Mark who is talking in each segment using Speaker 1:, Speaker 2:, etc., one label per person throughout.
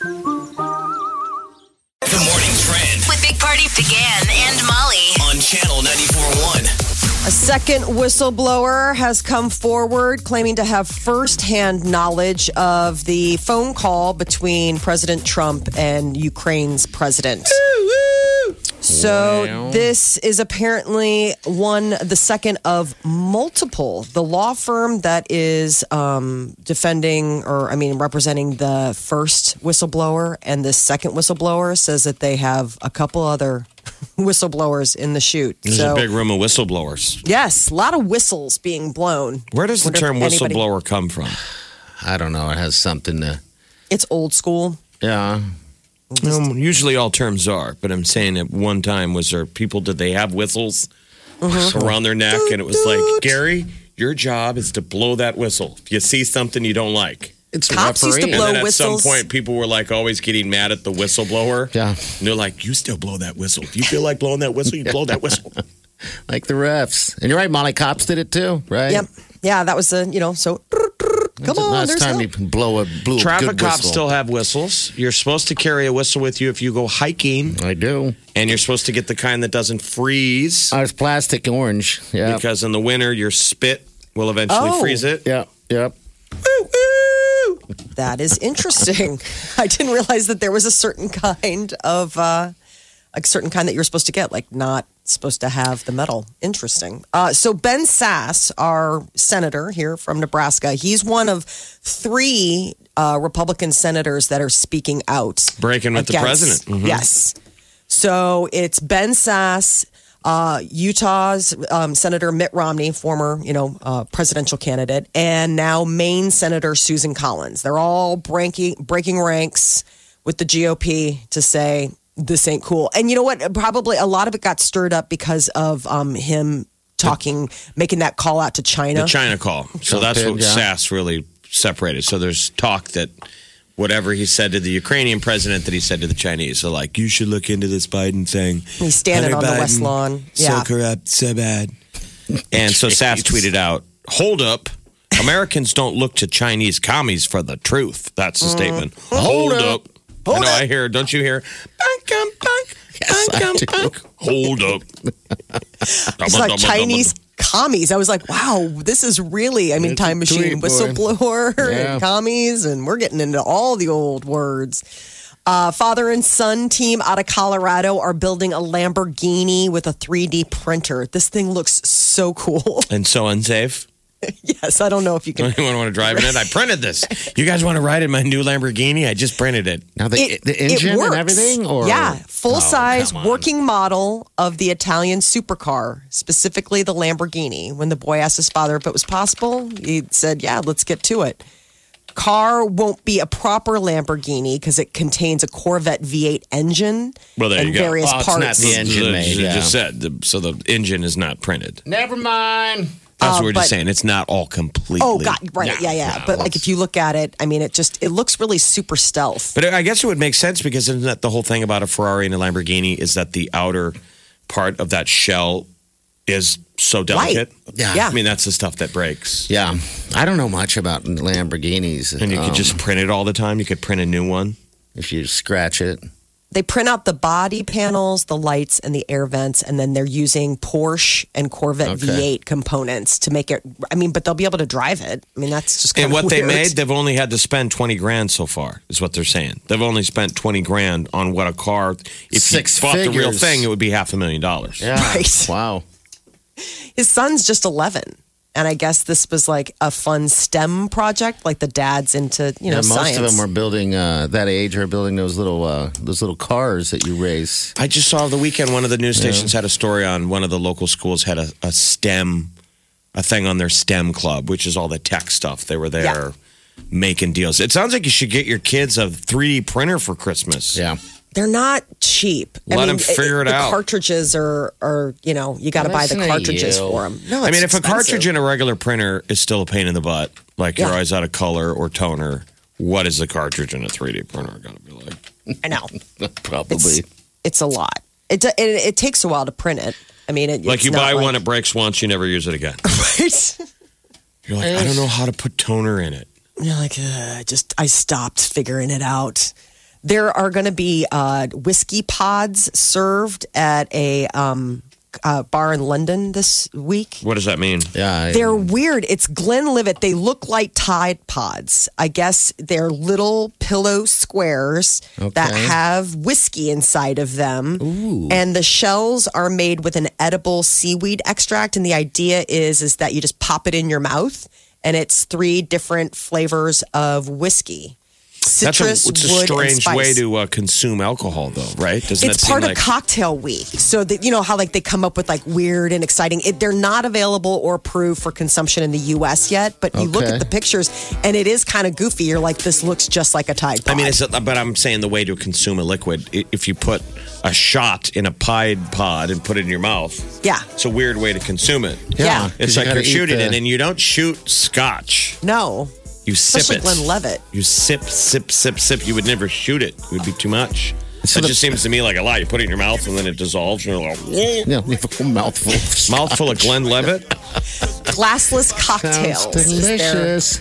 Speaker 1: The morning trend
Speaker 2: With Big Party began and Molly.
Speaker 1: on channel 94.1.
Speaker 3: A second whistleblower has come forward claiming to have firsthand knowledge of the phone call between President Trump and Ukraine's president. So, this is apparently one, the second of multiple. The law firm that is um, defending or, I mean, representing the first whistleblower and the second whistleblower says that they have a couple other whistleblowers in the shoot.
Speaker 4: There's
Speaker 3: so,
Speaker 4: a big room of whistleblowers.
Speaker 3: Yes, a lot of whistles being blown.
Speaker 4: Where does the
Speaker 3: Wonder if
Speaker 4: term
Speaker 3: anybody-
Speaker 4: whistleblower come from?
Speaker 5: I don't know. It has something to.
Speaker 3: It's old school.
Speaker 5: Yeah.
Speaker 4: Um, usually all terms are, but I'm saying at one time, was there people, did they have whistles around their neck? And it was like, Gary, your job is to blow that whistle. If you see something you don't like.
Speaker 5: It's
Speaker 3: Cops used to
Speaker 5: refereeing.
Speaker 3: blow-
Speaker 4: and then at
Speaker 3: whistles.
Speaker 4: some point, people were like always getting mad at the whistleblower.
Speaker 5: Yeah.
Speaker 4: And they're like, you still blow that whistle. If you feel like blowing that whistle, you blow that whistle.
Speaker 5: Like the refs. And you're right, Molly. Cops did it too, right?
Speaker 3: Yep. Yeah, that was the, you know, so come
Speaker 5: When's the
Speaker 3: on.
Speaker 5: Last
Speaker 3: There's
Speaker 5: time
Speaker 3: no-
Speaker 5: you blow a blew a
Speaker 4: Traffic
Speaker 5: good
Speaker 4: cops
Speaker 5: whistle.
Speaker 4: still have whistles. You're supposed to carry a whistle with you if you go hiking,
Speaker 5: I do.
Speaker 4: and you're supposed to get the kind that doesn't freeze.
Speaker 5: I was plastic orange. Yeah.
Speaker 4: because in the winter your spit will eventually
Speaker 3: Oh.
Speaker 4: freeze it.
Speaker 5: yeah. Yep.
Speaker 3: that is interesting. I didn't realize that there was a certain kind of, uh, a certain kind that you're supposed to get, like not supposed to have the metal. Interesting. Uh, so Ben Sass, our senator here from Nebraska, he's one of three uh, Republican senators that are speaking out.
Speaker 4: Breaking with the
Speaker 3: against-
Speaker 4: president. Mhm.
Speaker 3: Yes. So it's Ben Sass, uh, Utah's um, Senator Mitt Romney, former you know uh, presidential candidate, and now Maine Senator Susan Collins. They're all breaking breaking ranks with the GOP to say this ain't cool. And you know what? Probably a lot of it got stirred up because of um, him talking, making that call out to China.
Speaker 4: The China call. So that's what
Speaker 5: Yeah.
Speaker 4: SAS really separated. So there's talk that whatever he said to the Ukrainian president that he said to the Chinese. So like you should look into this Biden thing.
Speaker 3: He's standing
Speaker 4: Hunter
Speaker 3: on the West
Speaker 4: Biden,
Speaker 3: lawn.
Speaker 4: So
Speaker 3: Yeah.
Speaker 4: corrupt, so bad. And so SAS tweeted out, Hold up. Americans don't look to Chinese commies for the truth. That's the statement. Hold, up. I know I hear, don't you hear? Bunk, um, bunk,
Speaker 5: Yes,
Speaker 4: bunk,
Speaker 5: I
Speaker 4: um,
Speaker 5: do.
Speaker 4: bunk. Hold up.
Speaker 3: It's like Chinese commies. I was like, wow, this is really, I mean,
Speaker 5: It's
Speaker 3: time
Speaker 5: a
Speaker 3: machine,
Speaker 5: tweet, boy.
Speaker 3: whistleblower,
Speaker 5: Yeah.
Speaker 3: and commies, and we're getting into all the old words. Uh, father and son team out of Colorado are building a Lamborghini with a 3D printer. This thing looks so cool.
Speaker 4: And so unsafe.
Speaker 3: yes, I don't know if you can.
Speaker 4: Anyone want to drive in it? I printed this. You guys want to ride in my new Lamborghini? I just printed it.
Speaker 5: Now the the engine and everything, or
Speaker 3: yeah, full
Speaker 4: Oh,
Speaker 3: size
Speaker 5: come on.
Speaker 3: working model of the Italian supercar, specifically the Lamborghini. When the boy asked his father if it was possible, he said, "Yeah, let's get to it." Car won't be a proper Lamborghini because it contains a Corvette V8 engine
Speaker 4: Well, there
Speaker 3: and
Speaker 4: you go.
Speaker 3: various
Speaker 5: Oh, it's not
Speaker 3: parts.
Speaker 5: the end. engine
Speaker 4: The-
Speaker 5: made,
Speaker 4: you
Speaker 5: yeah.
Speaker 4: just said. the- so the engine is not printed.
Speaker 5: Never mind.
Speaker 4: That's what we're
Speaker 3: but-
Speaker 4: just saying. It's not all completely.
Speaker 3: Oh God! Right?
Speaker 5: Yeah,
Speaker 3: yeah, yeah.
Speaker 5: yeah,
Speaker 3: but
Speaker 5: well,
Speaker 3: like, if you look at it, I mean, it just it looks really super stealth.
Speaker 4: But I guess it would make sense because isn't that the whole thing about a Ferrari and a Lamborghini is that the outer part of that shell is so delicate.
Speaker 5: Yeah.
Speaker 3: Yeah.
Speaker 4: I mean, that's the stuff that breaks.
Speaker 5: Yeah, I don't know much about Lamborghinis.
Speaker 4: And you
Speaker 5: um,
Speaker 4: could just print it all the time. You could print a new one.
Speaker 5: if you scratch it,
Speaker 3: they print out the body panels, the lights, and the air vents, and then they're using Porsche and Corvette
Speaker 5: Okay.
Speaker 3: V8 components to make it. I mean, but they'll be able to drive it. I mean, that's just kind
Speaker 4: And
Speaker 3: of
Speaker 4: what they
Speaker 3: weird.
Speaker 4: made, they've only had to spend 20 grand so far, is what they're saying. They've only spent 20 grand on what a car, if
Speaker 5: Six
Speaker 4: you bought the real
Speaker 5: figures.
Speaker 4: thing, it would be half a million dollars.
Speaker 5: yeah,
Speaker 3: Right.
Speaker 5: wow.
Speaker 3: His son's just eleven, and I guess this was like a fun STEM project. Like the dad's into you know
Speaker 5: yeah, most
Speaker 3: science.
Speaker 5: of them are building uh, that age are building those little uh, those little cars that you race.
Speaker 4: I just saw the weekend one of the news stations had a story on one of the local schools had a, a STEM, a thing on their STEM club, which is all the tech stuff. They were there making deals. It sounds like you should get your kids a 3D printer for Christmas.
Speaker 5: Yeah,
Speaker 3: they're not cheap.
Speaker 4: Let 'em figure it
Speaker 3: the
Speaker 4: out.
Speaker 3: Cartridges are, are you know, you got to buy the
Speaker 5: Listen to
Speaker 3: cartridges
Speaker 5: you.
Speaker 3: for them. No,
Speaker 4: I
Speaker 3: it's
Speaker 4: mean, if a
Speaker 3: expensive.
Speaker 4: cartridge in a regular printer is still a pain in the butt, like your
Speaker 3: Yeah.
Speaker 4: you're always out of color or toner, what is a cartridge in a 3D printer going to be like?
Speaker 3: I know
Speaker 5: Probably.
Speaker 3: it's, it's a lot. It, it it takes a while to print it. I mean, it,
Speaker 4: Like
Speaker 3: it's
Speaker 4: you
Speaker 3: not
Speaker 4: buy one,
Speaker 3: like-
Speaker 4: it breaks once, you never use it again.
Speaker 3: Right?
Speaker 4: You're like, I don't know how to put toner in it.
Speaker 3: You're like, uh, just I stopped figuring it out. There are going to be uh, whiskey pods served at a um, uh, bar in London this week.
Speaker 4: What does that mean?
Speaker 5: yeah. I-
Speaker 3: They're weird. It's Glenlivet. They look like Tide Pods. I guess they're little pillow squares that
Speaker 5: Okay.
Speaker 3: have whiskey inside of them. And the shells are made with an edible seaweed extract. And the idea is is that you just pop it in your mouth, and it's three different flavors of whiskey.
Speaker 4: That's a,
Speaker 3: Citrus,
Speaker 4: it's a
Speaker 3: wood, and
Speaker 4: strange way
Speaker 3: spice
Speaker 4: to uh, consume alcohol, though, right? Doesn't
Speaker 3: it's
Speaker 4: that
Speaker 3: part
Speaker 4: seem
Speaker 3: of
Speaker 4: like
Speaker 3: cocktail week so that you know how like they come up with like weird and exciting it, they're not available or approved for consumption in the us yet but you look
Speaker 5: Okay.
Speaker 3: at the pictures and it is kind of goofy you're like this looks just like a tide pod
Speaker 4: I mean, it's but I'm saying the way to consume a liquid, i- if you put a shot in a Pied Pod and put it in your mouth,
Speaker 3: yeah
Speaker 4: it's a weird way to consume it.
Speaker 3: Yeah.
Speaker 4: It's
Speaker 5: 'Cause you
Speaker 4: like
Speaker 5: gotta
Speaker 4: you're
Speaker 5: eat
Speaker 4: shooting
Speaker 5: the-
Speaker 4: it, and you don't shoot scotch.
Speaker 3: no
Speaker 4: You sip
Speaker 3: especially
Speaker 4: it.
Speaker 3: glenn levitt
Speaker 4: You sip, sip, sip, sip. You would never shoot it. It would be too much.
Speaker 5: So
Speaker 4: it
Speaker 5: the-
Speaker 4: just seems to me like a lie. You put it in your mouth, and then it dissolves, and you're like, "Whoa."
Speaker 5: Yeah, we have a whole mouthful. of stuff.
Speaker 4: mouthful of Glenn Levitt.
Speaker 3: glassless
Speaker 5: Sounds
Speaker 3: cocktails is their-
Speaker 5: delicious.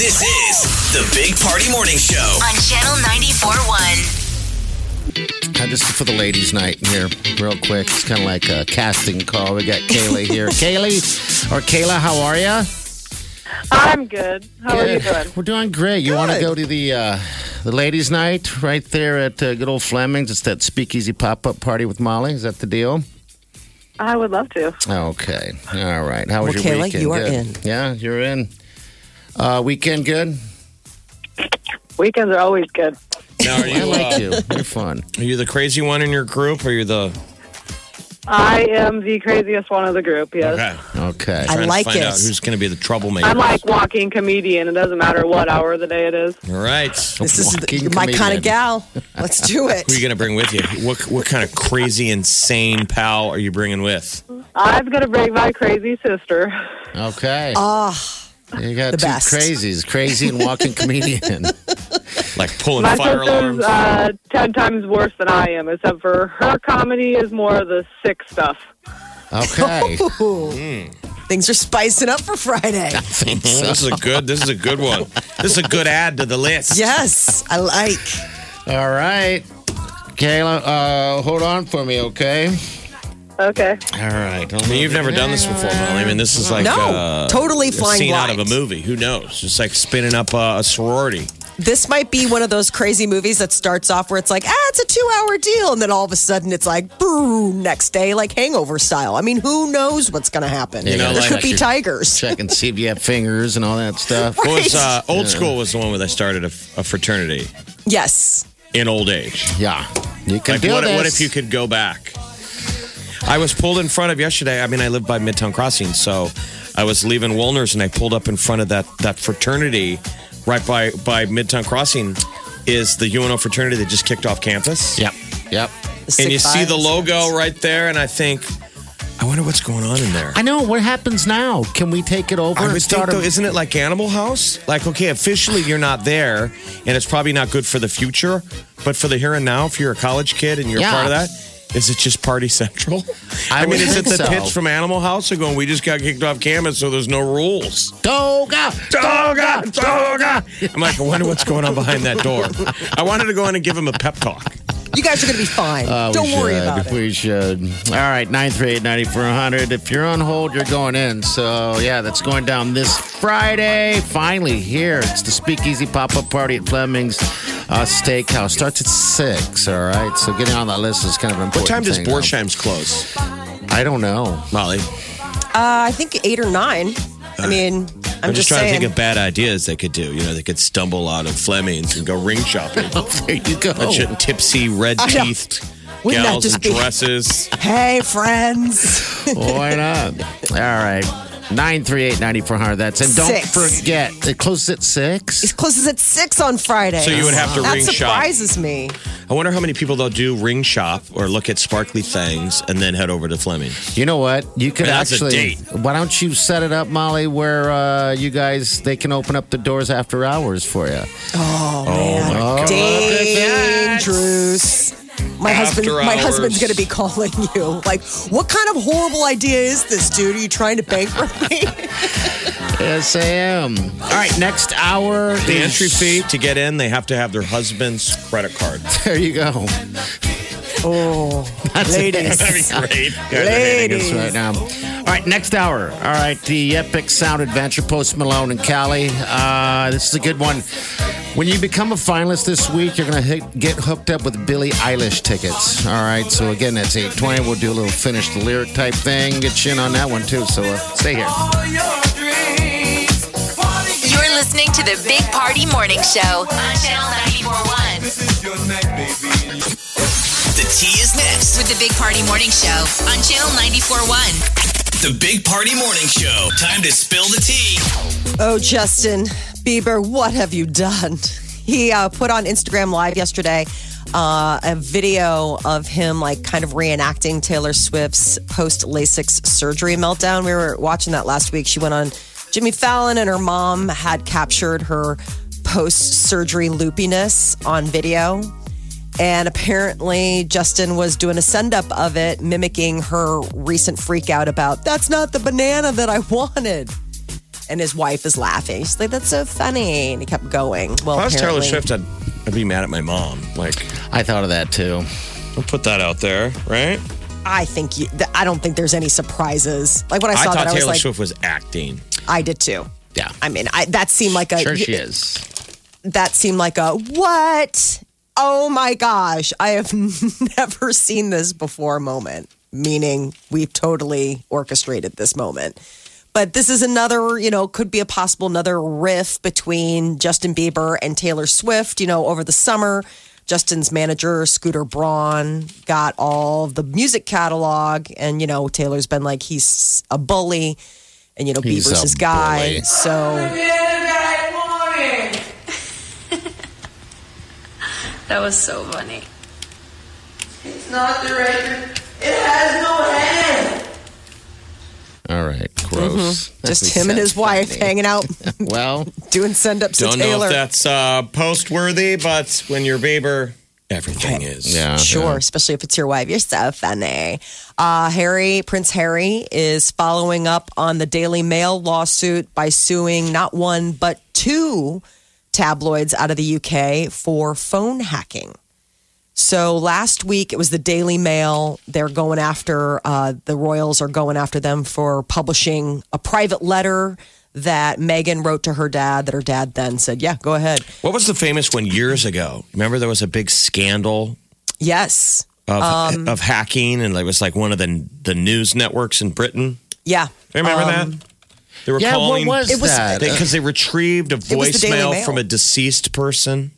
Speaker 1: This is the Big Party Morning Show.
Speaker 2: on Channel 94.1.
Speaker 5: Uh, This is for the ladies' night here, real quick. It's kind of like a casting call. We got Kaylee here. Kaylee or Kayla, how are you?
Speaker 6: I'm good. How are you doing?
Speaker 5: We're doing great. You want to
Speaker 3: Good.
Speaker 5: go to the uh, the ladies' night right there at uh, good old Fleming's? It's that speakeasy pop up party with Molly. Is that the deal?
Speaker 6: I would love to.
Speaker 5: Okay. All right. How
Speaker 3: Well,
Speaker 5: was your
Speaker 3: Kayla,
Speaker 5: weekend?
Speaker 3: you are
Speaker 5: Good.
Speaker 3: in.
Speaker 5: Yeah, you're in. Uh, weekend good.
Speaker 6: Weekends are always good.
Speaker 4: Now, are
Speaker 5: I
Speaker 4: you,
Speaker 5: like
Speaker 4: uh,
Speaker 5: you. You're fun.
Speaker 4: are you the crazy one in your group, or are you the
Speaker 6: I am the craziest one of the group, yes.
Speaker 4: okay?
Speaker 5: Okay.
Speaker 3: I
Speaker 4: Trying
Speaker 3: like
Speaker 4: to find
Speaker 3: it.
Speaker 4: out who's going to be the troublemaker.
Speaker 6: I'm like walking comedian. It doesn't matter what hour of the day it is.
Speaker 4: All right.
Speaker 3: this is the,
Speaker 5: Walking
Speaker 3: my kind
Speaker 5: comedian.
Speaker 3: of gal let's do it
Speaker 4: Who are you going to bring with you? What what kind of crazy, insane pal are you bringing with?
Speaker 6: I've got to bring my crazy sister.
Speaker 5: Okay. Ah. you got
Speaker 3: the
Speaker 5: two
Speaker 3: best.
Speaker 5: crazies, crazy and walking comedian.
Speaker 4: Like pulling
Speaker 6: My
Speaker 4: fire
Speaker 6: sister's
Speaker 4: alarms?
Speaker 6: uh, ten times worse than I am, except for her comedy is more of the sick stuff.
Speaker 5: Okay.
Speaker 3: Hmm. things are spicing up for friday
Speaker 4: this is a good. This is a good one. This is a good add to the list.
Speaker 3: yes i like
Speaker 5: All right. Kayla, uh, hold on for me, okay?
Speaker 6: Okay.
Speaker 5: All right.
Speaker 4: I mean, you've never done this before, Molly. I mean, this is like
Speaker 3: no
Speaker 4: uh,
Speaker 3: totally
Speaker 4: a
Speaker 3: flying
Speaker 4: scene
Speaker 3: blind.
Speaker 4: out of a movie. Who knows? It's like spinning up uh, a sorority.
Speaker 3: this might be one of those crazy movies that starts off where it's like, ah, it's a two hour deal. And then all of a sudden it's like, boom, next day, like hangover style. I mean, who knows what's going to happen?
Speaker 5: You know,
Speaker 3: there
Speaker 5: like-
Speaker 3: could be tigers.
Speaker 5: Check and see if you have fingers and all that stuff.
Speaker 4: It was uh, old school was the one where they started a, a fraternity
Speaker 3: Yes.
Speaker 4: in old age.
Speaker 5: Yeah. You can
Speaker 4: Like,
Speaker 5: do
Speaker 4: what,
Speaker 5: this.
Speaker 4: what if you could go back? I was pulled in front of yesterday. I mean, I live by Midtown Crossing, so I was leaving Woolner's and I pulled up in front of that that fraternity right by by Midtown Crossing. Is the UNO fraternity that just kicked off campus?
Speaker 5: Yep. Yep.
Speaker 4: and you see the logo right there, and I think, I wonder what's going on in there.
Speaker 5: I know. What happens now? Can we take it over
Speaker 4: I
Speaker 5: and
Speaker 4: would think,
Speaker 5: start
Speaker 4: though,
Speaker 5: a-
Speaker 4: isn't it like Animal House? Like, okay, officially you're not there, and it's probably not good for the future, but for the here and now, if you're a college kid and you're
Speaker 5: Yeah.
Speaker 4: part of that, is it just Party Central?
Speaker 5: I
Speaker 4: mean,
Speaker 5: would
Speaker 4: is it
Speaker 5: think
Speaker 4: the
Speaker 5: so.
Speaker 4: pitch from Animal House or going, we just got kicked off campus, so there's no rules?
Speaker 5: Toga!
Speaker 4: Toga! Toga! I'm like, I wonder what's going on behind that door. I wanted to go in and give him a pep talk.
Speaker 3: You guys are going to be fine.
Speaker 5: Uh, we
Speaker 3: Don't worry
Speaker 5: should.
Speaker 3: about it.
Speaker 5: We should. All right, 938 9400. If you're on hold, you're going in. So, yeah, that's going down this Friday. Finally, here. It's the Speakeasy Pop Up Party at Fleming's uh, Steakhouse. Starts at 6, all right? So, getting on that list is kind of an important.
Speaker 4: What time does
Speaker 5: thing,
Speaker 4: Borsheim's close,
Speaker 5: though. I don't know.
Speaker 4: Molly?
Speaker 3: Uh, I think eight or nine. I mean, I'm,
Speaker 4: Uh, I'm just, trying
Speaker 3: saying.
Speaker 4: to think of bad ideas they could do. You know, they could stumble out of Fleming's and go ring shopping.
Speaker 5: Oh, There you go.
Speaker 4: bunch of tipsy, red
Speaker 3: Oh. I know.
Speaker 4: teethed
Speaker 3: Wouldn't that
Speaker 4: gals in
Speaker 3: just be-
Speaker 4: dresses.
Speaker 3: Hey, friends.
Speaker 5: Why not? All right. 938 9400. That's and don't
Speaker 3: Six.
Speaker 5: forget, it closes at 6.
Speaker 3: It closes at six on Friday.
Speaker 4: So you would have to
Speaker 3: that
Speaker 4: ring shop.
Speaker 3: surprises me.
Speaker 4: I wonder how many people they'll do ring shop or look at sparkly things and then head over to Fleming.
Speaker 5: You know what? You could
Speaker 4: Man, that's a
Speaker 5: actually.
Speaker 4: date.
Speaker 5: Why don't you set it up, Molly, where uh, you guys, they can open up the doors after hours for Oh, you?
Speaker 3: Oh,
Speaker 4: Oh
Speaker 3: Dangerous. My husband,
Speaker 4: After
Speaker 3: my
Speaker 4: hours.
Speaker 3: husband's going to be calling you. Like, what kind of horrible idea is this, dude? Are you trying to bankrupt me?
Speaker 5: Yes, I am. All right, next hour.
Speaker 4: The
Speaker 5: is-
Speaker 4: entry fee to get in, they have to have their husband's credit card.
Speaker 5: There you go.
Speaker 3: oh, ladies.
Speaker 4: Great.
Speaker 5: Yes,
Speaker 3: ladies.
Speaker 5: right now. All right, next hour. All right, the epic sound adventure. Post Malone and Cali. Uh, this is a good one. When you become a finalist this week, you're gonna hit, get hooked up with Billie Eilish tickets. All right, so again, that's eight twenty. We'll do a little finish the lyric type thing. Get you in on that one too. So uh, stay here.
Speaker 2: You're listening to the Big Party Morning Show on Channel 941
Speaker 1: The tea is next.
Speaker 2: with the Big Party Morning Show on Channel 941.
Speaker 1: The Big Party Morning Show. Time to spill the tea.
Speaker 3: Oh, Justin Bieber, what have you done? He uh, put on Instagram Live yesterday uh, a video of him, like, kind of reenacting Taylor Swift's post LASIX surgery meltdown. We were watching that last week. She went on Jimmy Fallon, and her mom had captured her post surgery loopiness on video. And apparently, Justin was doing a send up of it, mimicking her recent freak out about, that's not the banana that I wanted. And his wife is laughing. She's like, that's so funny. And he kept going. Well,
Speaker 4: If I was Taylor
Speaker 3: apparently-
Speaker 4: Swift, I'd, I'd be mad at my mom. Like,
Speaker 5: I thought of that too.
Speaker 4: don't put that out there, right?
Speaker 3: I think you, th- I don't think there's any surprises. Like when I
Speaker 4: I,
Speaker 3: saw
Speaker 4: thought
Speaker 3: that, I was
Speaker 4: Taylor
Speaker 3: like,
Speaker 4: Swift was acting.
Speaker 3: I did too.
Speaker 5: Yeah.
Speaker 3: I mean, I, that seemed like a
Speaker 5: Sure, she is.
Speaker 3: that seemed like a what? Oh my gosh, I have never seen this before moment, meaning we've totally orchestrated this moment. But this is another, you know, could be a possible another riff between Justin Bieber and Taylor Swift, you know, over the summer. Justin's manager, Scooter Braun, got all the music catalog, and, you know, Taylor's been like, he's a bully, and, you know,
Speaker 5: He's
Speaker 3: Bieber's
Speaker 5: a
Speaker 3: his guy.
Speaker 5: bully.
Speaker 3: So.
Speaker 7: That was so funny.
Speaker 8: It's not the right. It has no hand.
Speaker 5: All right, gross.
Speaker 3: Mm-hmm. Just him and his wife hanging out,
Speaker 5: Well,
Speaker 3: doing send ups to
Speaker 4: Don't know
Speaker 3: Taylor.
Speaker 4: if that's uh, post worthy, but when you're Bieber, everything is.
Speaker 5: yeah,
Speaker 3: Sure, especially if it's your wife. You're so funny. Uh, Harry, Prince Harry, is following up on the Daily Mail lawsuit by suing not one, but two tabloids out of the UK for phone hacking. So last week it was the Daily Mail. They're going after uh, the Royals are going after them for publishing a private letter that Megan wrote to her dad. That her dad then said, "Yeah, go ahead."
Speaker 4: What was the famous one years ago? Remember there was a big scandal
Speaker 3: Yes.
Speaker 4: of,
Speaker 3: Um,
Speaker 4: of hacking, and it was like one of the the news networks in Britain.
Speaker 3: Yeah.
Speaker 4: Do you remember
Speaker 3: Um,
Speaker 4: that? They were
Speaker 5: Yeah,
Speaker 4: calling.
Speaker 5: what was
Speaker 3: It was-
Speaker 5: that?
Speaker 4: because they retrieved a
Speaker 3: was the Daily
Speaker 4: voicemail
Speaker 3: Mail.
Speaker 4: from a deceased person,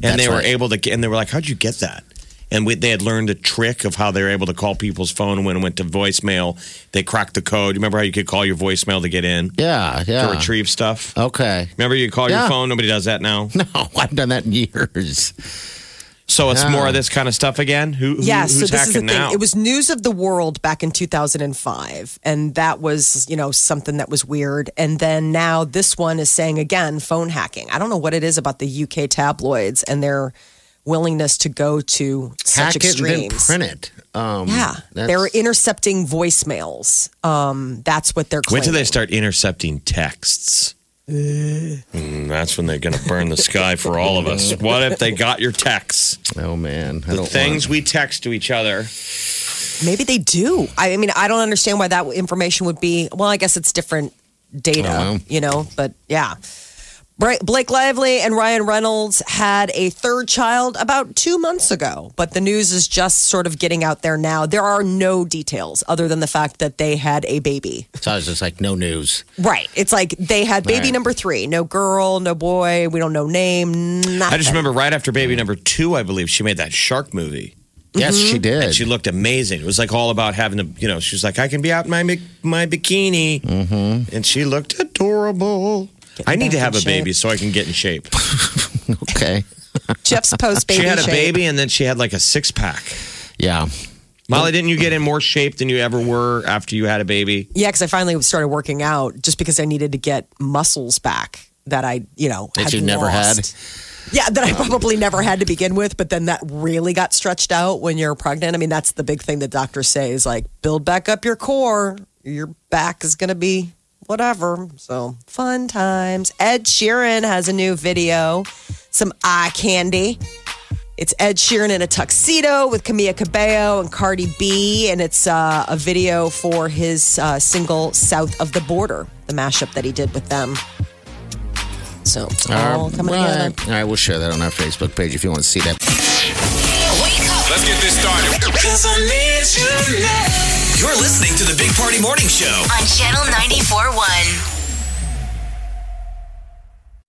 Speaker 5: That's
Speaker 4: and they were
Speaker 5: right.
Speaker 4: able to. get- And they were like, "How'd you get that?" And we, they had learned a trick of how they were able to call people's phone when it went to voicemail. They cracked the code. Remember how you could call your voicemail to get in
Speaker 5: yeah, yeah.
Speaker 4: to retrieve stuff?
Speaker 5: Okay.
Speaker 4: Remember you could call
Speaker 5: Yeah.
Speaker 4: your phone. Nobody does that now.
Speaker 5: No, I've done that in years.
Speaker 4: So it's
Speaker 5: Yeah.
Speaker 4: more of this kind of stuff again. Who, who
Speaker 3: Yeah,
Speaker 4: who's
Speaker 3: so this
Speaker 4: hacking
Speaker 3: is the
Speaker 4: now?
Speaker 3: thing. It was news of the world back in 2005, and that was, you know, something that was weird. And then now this one is saying again phone hacking. I don't know what it is about the UK tabloids and their willingness to go to such
Speaker 5: Hack it and then
Speaker 3: extremes.
Speaker 5: print it. Um,
Speaker 3: yeah,
Speaker 5: that's-
Speaker 3: they're intercepting voicemails. Um, that's what they're
Speaker 4: Wait
Speaker 3: claiming.
Speaker 4: till they start intercepting texts.
Speaker 3: Uh.
Speaker 4: Mm, that's when they're going to burn the sky for all of us. What if they got your texts?
Speaker 5: Oh man, I
Speaker 4: The
Speaker 5: don't
Speaker 4: things we text to each other.
Speaker 3: Maybe they do. I mean, I don't understand why that information would be. Well, I guess it's different data,
Speaker 5: Oh, well.
Speaker 3: you know, but yeah. Bra- Blake Lively and Ryan Reynolds had a third child about two months ago, but the news is just sort of getting out there now. There are no details other than the fact that they had a baby.
Speaker 5: Want. So I was just like, no news.
Speaker 3: Right. It's like they had baby
Speaker 5: Right.
Speaker 3: number three. No girl, no boy. We don't know name. Nothing.
Speaker 4: I just remember right after baby number two, I believe she made that shark movie.
Speaker 3: Mm-hmm.
Speaker 9: Yes, she did.
Speaker 4: And she looked amazing. It was like all about having to, you know, she was like, I can be out in my bi- my bikini, mm-hmm. and she looked adorable. I need to
Speaker 3: back
Speaker 4: have
Speaker 3: in
Speaker 4: a
Speaker 3: shape.
Speaker 4: baby so I can get in shape.
Speaker 9: Okay.
Speaker 3: Jeff's post baby.
Speaker 4: she had a
Speaker 3: shape.
Speaker 4: baby, and then she had like a six pack.
Speaker 9: Yeah.
Speaker 4: Molly, didn't you get in more shape than you ever were after you had a baby?
Speaker 3: Yeah, because I finally started working out just because I needed to get muscles back that I, you know,
Speaker 9: That
Speaker 3: had
Speaker 9: you never had?
Speaker 3: lost. Yeah, that I probably never had to begin with, but then that really got stretched out when you're pregnant. I mean, that's the big thing that doctors say is like, build back up your core. Your back is going to be whatever. So, fun times. Ed Sheeran has a new video, some eye candy. It's Ed Sheeran in a tuxedo with Camila Cabello and Cardi B, and it's uh, a video for his uh, single "South of the Border," the mashup that he did with them. So it's all
Speaker 9: All
Speaker 3: coming together.
Speaker 9: right. Um, All right, we'll share that on our Facebook page if you want to see that.
Speaker 1: Let's get this started. You're listening to the Big Party Morning Show.
Speaker 2: on Channel 94.1.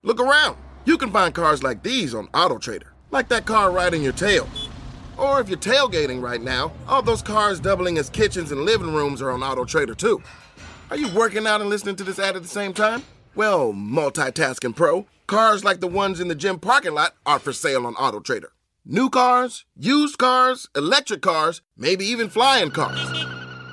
Speaker 5: Look around. You can find cars like these on AutoTrader, like that car riding your tail. Or if you're tailgating right now, all those cars doubling as kitchens and living rooms are on AutoTrader too. Are you working out and listening to this ad at the same time? Well, multitasking pro, cars like the ones in the gym parking lot are for sale on AutoTrader. New cars, used cars, electric cars, maybe even flying cars.